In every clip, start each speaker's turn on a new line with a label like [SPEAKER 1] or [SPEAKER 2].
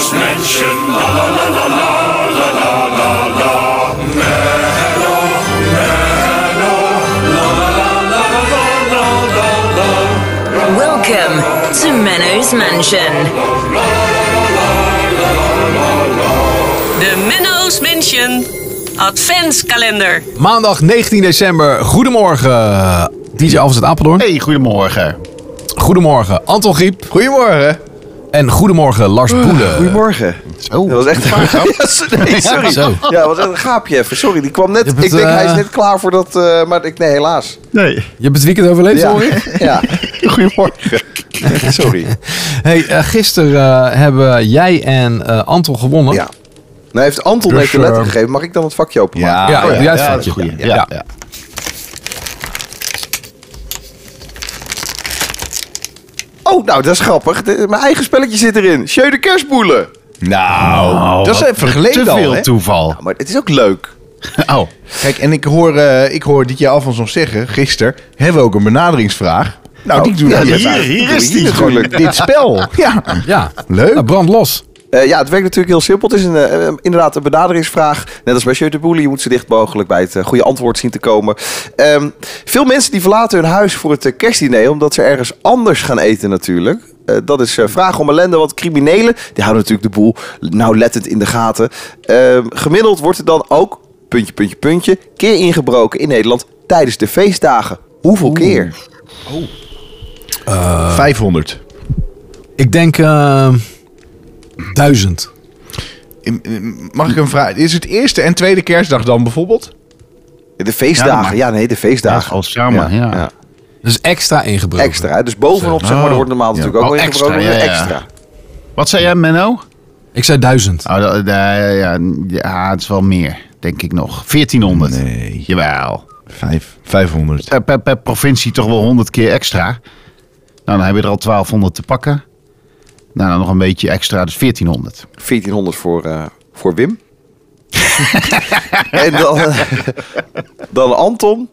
[SPEAKER 1] Revolution. La la la la la la la la la. Mello, mello. La la la la la la la la
[SPEAKER 2] Welcome to Menno's Mansion.
[SPEAKER 3] De Menno's Mansion Adventskalender.
[SPEAKER 4] Maandag 19 december. Goedemorgen. DJ Alves uit Apeldoorn.
[SPEAKER 5] Hey, goedemorgen.
[SPEAKER 4] Goedemorgen. Anton Griep.
[SPEAKER 6] Goedemorgen.
[SPEAKER 4] En goedemorgen Lars Boelen.
[SPEAKER 6] Ah. Goedemorgen.
[SPEAKER 5] Zo.
[SPEAKER 6] Dat was echt een Ja, so- nee, sorry.
[SPEAKER 4] Zo.
[SPEAKER 6] Ja, dat was echt een gaapje even. Sorry, die kwam net.
[SPEAKER 4] Je
[SPEAKER 6] Ik
[SPEAKER 4] hebt
[SPEAKER 6] denk,
[SPEAKER 4] het, eh,
[SPEAKER 6] hij is net klaar voor dat... eh, maar ik, nee, helaas.
[SPEAKER 5] Nee.
[SPEAKER 4] Je hebt het weekend overleefd,
[SPEAKER 6] Ja.
[SPEAKER 4] sorry.
[SPEAKER 6] ja.
[SPEAKER 5] Goedemorgen.
[SPEAKER 6] Sorry.
[SPEAKER 4] Hey, eh, gisteren eh, hebben jij en eh, Anton gewonnen.
[SPEAKER 6] Ja. Nou, heeft Anton
[SPEAKER 4] Dus,
[SPEAKER 6] heeft de letter
[SPEAKER 4] eh,
[SPEAKER 6] gegeven. Mag ik dan het vakje openmaken?
[SPEAKER 4] Ja,
[SPEAKER 5] Oh
[SPEAKER 4] juist
[SPEAKER 5] dat
[SPEAKER 4] van
[SPEAKER 5] is
[SPEAKER 4] je.
[SPEAKER 5] een goeie.
[SPEAKER 4] Ja.
[SPEAKER 5] Ja,
[SPEAKER 4] Ja.
[SPEAKER 5] ja.
[SPEAKER 6] Oh, nou, dat is grappig. De- mijn eigen spelletje zit erin. Sjeu de kerstboelen.
[SPEAKER 5] Nou,
[SPEAKER 6] dat is
[SPEAKER 5] wat
[SPEAKER 6] even geleden
[SPEAKER 5] Te
[SPEAKER 6] al,
[SPEAKER 5] veel
[SPEAKER 6] hè?
[SPEAKER 5] toeval.
[SPEAKER 6] Ja, Nou, maar het is ook leuk.
[SPEAKER 5] Oh,
[SPEAKER 7] Kijk, en ik hoor, eh ik hoor Dietje Alfons nog zeggen, gisteren, hebben we ook een benaderingsvraag. Nou, die doen
[SPEAKER 6] ja,
[SPEAKER 7] we
[SPEAKER 6] die
[SPEAKER 7] net
[SPEAKER 6] is
[SPEAKER 7] uit.
[SPEAKER 6] eigenlijk-
[SPEAKER 5] hier
[SPEAKER 6] doe
[SPEAKER 5] is
[SPEAKER 6] je hier
[SPEAKER 5] die
[SPEAKER 6] natuurlijk.
[SPEAKER 5] natuurlijk. Dit spel.
[SPEAKER 7] Ja.
[SPEAKER 4] Ja.
[SPEAKER 7] Leuk.
[SPEAKER 4] Nou, brand los.
[SPEAKER 6] Eh, ja, het werkt natuurlijk heel simpel. Het is een, eh, eh, inderdaad een benaderingsvraag. Net als bij Sjeu de Boelen. Je moet zo dicht mogelijk bij het eh, goede antwoord zien te komen. Ehm, veel mensen die verlaten hun huis voor het eh, kerstdiner... omdat ze ergens anders gaan eten natuurlijk. Eh, dat is eh, vraag om ellende, want criminelen... die houden natuurlijk de boel nauwlettend in de gaten. Ehm, gemiddeld wordt er dan ook, puntje, puntje, puntje... keer ingebroken in Nederland tijdens de feestdagen. Hoeveel keer?
[SPEAKER 7] 500.
[SPEAKER 4] Ik denk eh, duizend.
[SPEAKER 7] In- in- Mag ik een vraag? Is het eerste en tweede kerstdag dan bijvoorbeeld?
[SPEAKER 6] De feestdagen, ja, nee, de feestdagen.
[SPEAKER 5] Ja, als samen, ja.
[SPEAKER 4] Dus extra ingebroken.
[SPEAKER 6] Extra, hè. dus bovenop zeg maar, er wordt normaal natuurlijk ook
[SPEAKER 5] Oh,
[SPEAKER 6] wel
[SPEAKER 5] extra,
[SPEAKER 6] ingebroken, maar
[SPEAKER 5] ja, ja.
[SPEAKER 6] extra.
[SPEAKER 5] wat zei jij, Menno?
[SPEAKER 4] Ik zei duizend.
[SPEAKER 6] Ah.
[SPEAKER 5] Oh, dat, eh, ja, ja, het is wel meer, denk ik nog. 1400. Nee. Jawel.
[SPEAKER 7] Vijf, 500.
[SPEAKER 5] Per, per, per provincie toch wel 100 keer extra. Nou, dan heb je er al 1200 te pakken. Nou, dan nog een beetje extra, dus 1400.
[SPEAKER 6] 1400 voor, eh, voor Wim. en dan, eh, dan Anton,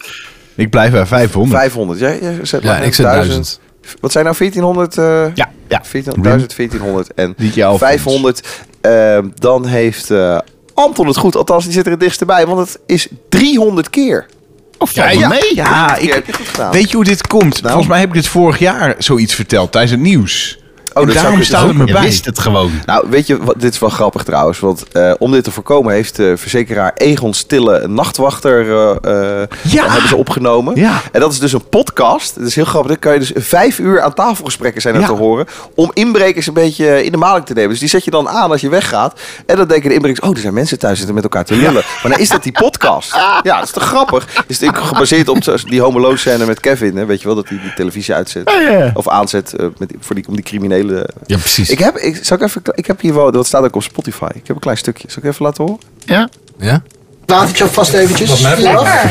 [SPEAKER 7] Ik blijf bij 500.
[SPEAKER 6] 500. Jij, jij zet
[SPEAKER 4] Ja,
[SPEAKER 6] maar
[SPEAKER 4] ik zet
[SPEAKER 6] 1000. Wat zijn nou 1400? eh
[SPEAKER 5] Ja, ja.
[SPEAKER 6] 1400, 1000, 1400 en
[SPEAKER 7] Liedje Alfons.
[SPEAKER 6] 500. Ehm, dan heeft eh, Anton het goed. Althans, die zit er het dichtst bij, want het is 300 keer. Oh,
[SPEAKER 5] Of valt
[SPEAKER 7] ja.
[SPEAKER 5] mee?
[SPEAKER 6] Ja,
[SPEAKER 7] Ah,
[SPEAKER 6] dat keer
[SPEAKER 7] ik-
[SPEAKER 6] heb je goed gedaan.
[SPEAKER 7] Weet je hoe dit komt? Volgens mij heb ik dit vorig jaar zoiets verteld tijdens het nieuws.
[SPEAKER 6] dat
[SPEAKER 7] Oh,
[SPEAKER 6] zou
[SPEAKER 7] daarom
[SPEAKER 6] kunnen.
[SPEAKER 7] staat het me
[SPEAKER 5] Je
[SPEAKER 7] bij.
[SPEAKER 5] wist het gewoon.
[SPEAKER 6] Nou, weet je, wat, dit is wel grappig trouwens. Want eh, om dit te voorkomen heeft eh, verzekeraar Egon Stille een nachtwachter eh, eh,
[SPEAKER 7] Ja!
[SPEAKER 6] hebben ze opgenomen.
[SPEAKER 7] Ja.
[SPEAKER 6] En dat is dus een podcast. Dat is heel grappig. Dan kan je dus vijf uur aan tafelgesprekken zijn er
[SPEAKER 7] Ja.
[SPEAKER 6] te horen. Om inbrekers een beetje in de maling te nemen. Dus die zet je dan aan als je weggaat. En dan denken de inbrekers, oh, er zijn mensen thuis zitten met elkaar te lullen. Maar dan is dat die podcast. Ja, dat is toch grappig? Het is natuurlijk gebaseerd op zoals die homoloog scène met Kevin. Hè? Weet je wel, dat hij die televisie uitzet. Of aanzet eh, met, voor die, om die criminelen... eh,
[SPEAKER 4] Ja, precies.
[SPEAKER 6] Ik heb, ik, zal ik, even, ik heb hier wel, dat staat ook op Spotify. Ik heb een klein stukje. Zal ik even laten horen?
[SPEAKER 5] Ja.
[SPEAKER 4] Ja?
[SPEAKER 8] Watertje vast eventjes.
[SPEAKER 9] Lekker,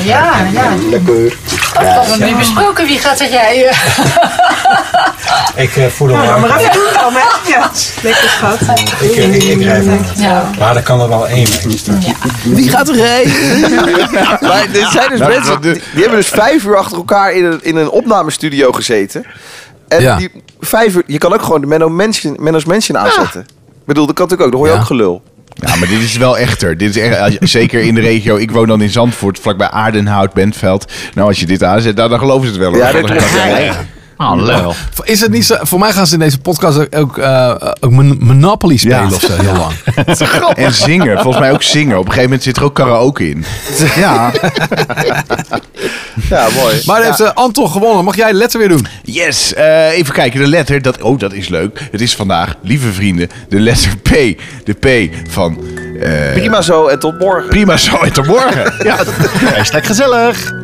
[SPEAKER 9] ja, ja.
[SPEAKER 8] Lekker.
[SPEAKER 9] Dat hadden we nu besproken. Wie gaat er jij? eh,
[SPEAKER 10] Ik eh, voel hem wel.
[SPEAKER 11] Maar even doen dan, hè? Ja, lekker schat.
[SPEAKER 10] Ik, eh, ik, ik rij van.
[SPEAKER 9] Ja.
[SPEAKER 10] Maar er kan er wel één.
[SPEAKER 6] Wie gaat er maar er zijn dus
[SPEAKER 7] Nou,
[SPEAKER 6] mensen,
[SPEAKER 7] dat-
[SPEAKER 6] die, die hebben dus vijf uur achter elkaar in een, in een opnamestudio gezeten. En
[SPEAKER 4] Ja.
[SPEAKER 6] die vijf uur, je kan ook gewoon de Menno Mansion, Menno's Mansion aanzetten. Ik bedoel, dat kan natuurlijk ook. Dan hoor je
[SPEAKER 4] Ja.
[SPEAKER 6] ook gelul.
[SPEAKER 7] Ja, maar dit is wel echter. Dit is echt, als je- zeker in de regio. Ik woon dan in Zandvoort, vlakbij Aardenhout, Bentveld. Nou, als je dit aanzet, daar, dan geloven ze het wel. hoor.
[SPEAKER 6] Ja, dat klopt.
[SPEAKER 7] Ja, ja.
[SPEAKER 5] Hallo.
[SPEAKER 4] Is het niet zo, voor mij gaan ze in deze podcast ook, ook, eh, ook Mon- Monopoly spelen
[SPEAKER 7] Ja.
[SPEAKER 4] of zo heel lang.
[SPEAKER 7] En zingen. Volgens mij ook zingen. Op een gegeven moment zit er ook karaoke in. Ja.
[SPEAKER 6] Ja, mooi.
[SPEAKER 4] Maar dan heeft eh, Anton gewonnen. Mag jij letter weer doen?
[SPEAKER 7] Yes. eh, even kijken. De letter. Dat, oh, dat is leuk. Het is vandaag, lieve vrienden, de letter P. De P van... eh,
[SPEAKER 6] Prima zo en tot morgen.
[SPEAKER 7] prima zo en tot morgen.
[SPEAKER 5] Ja, is lekker gezellig.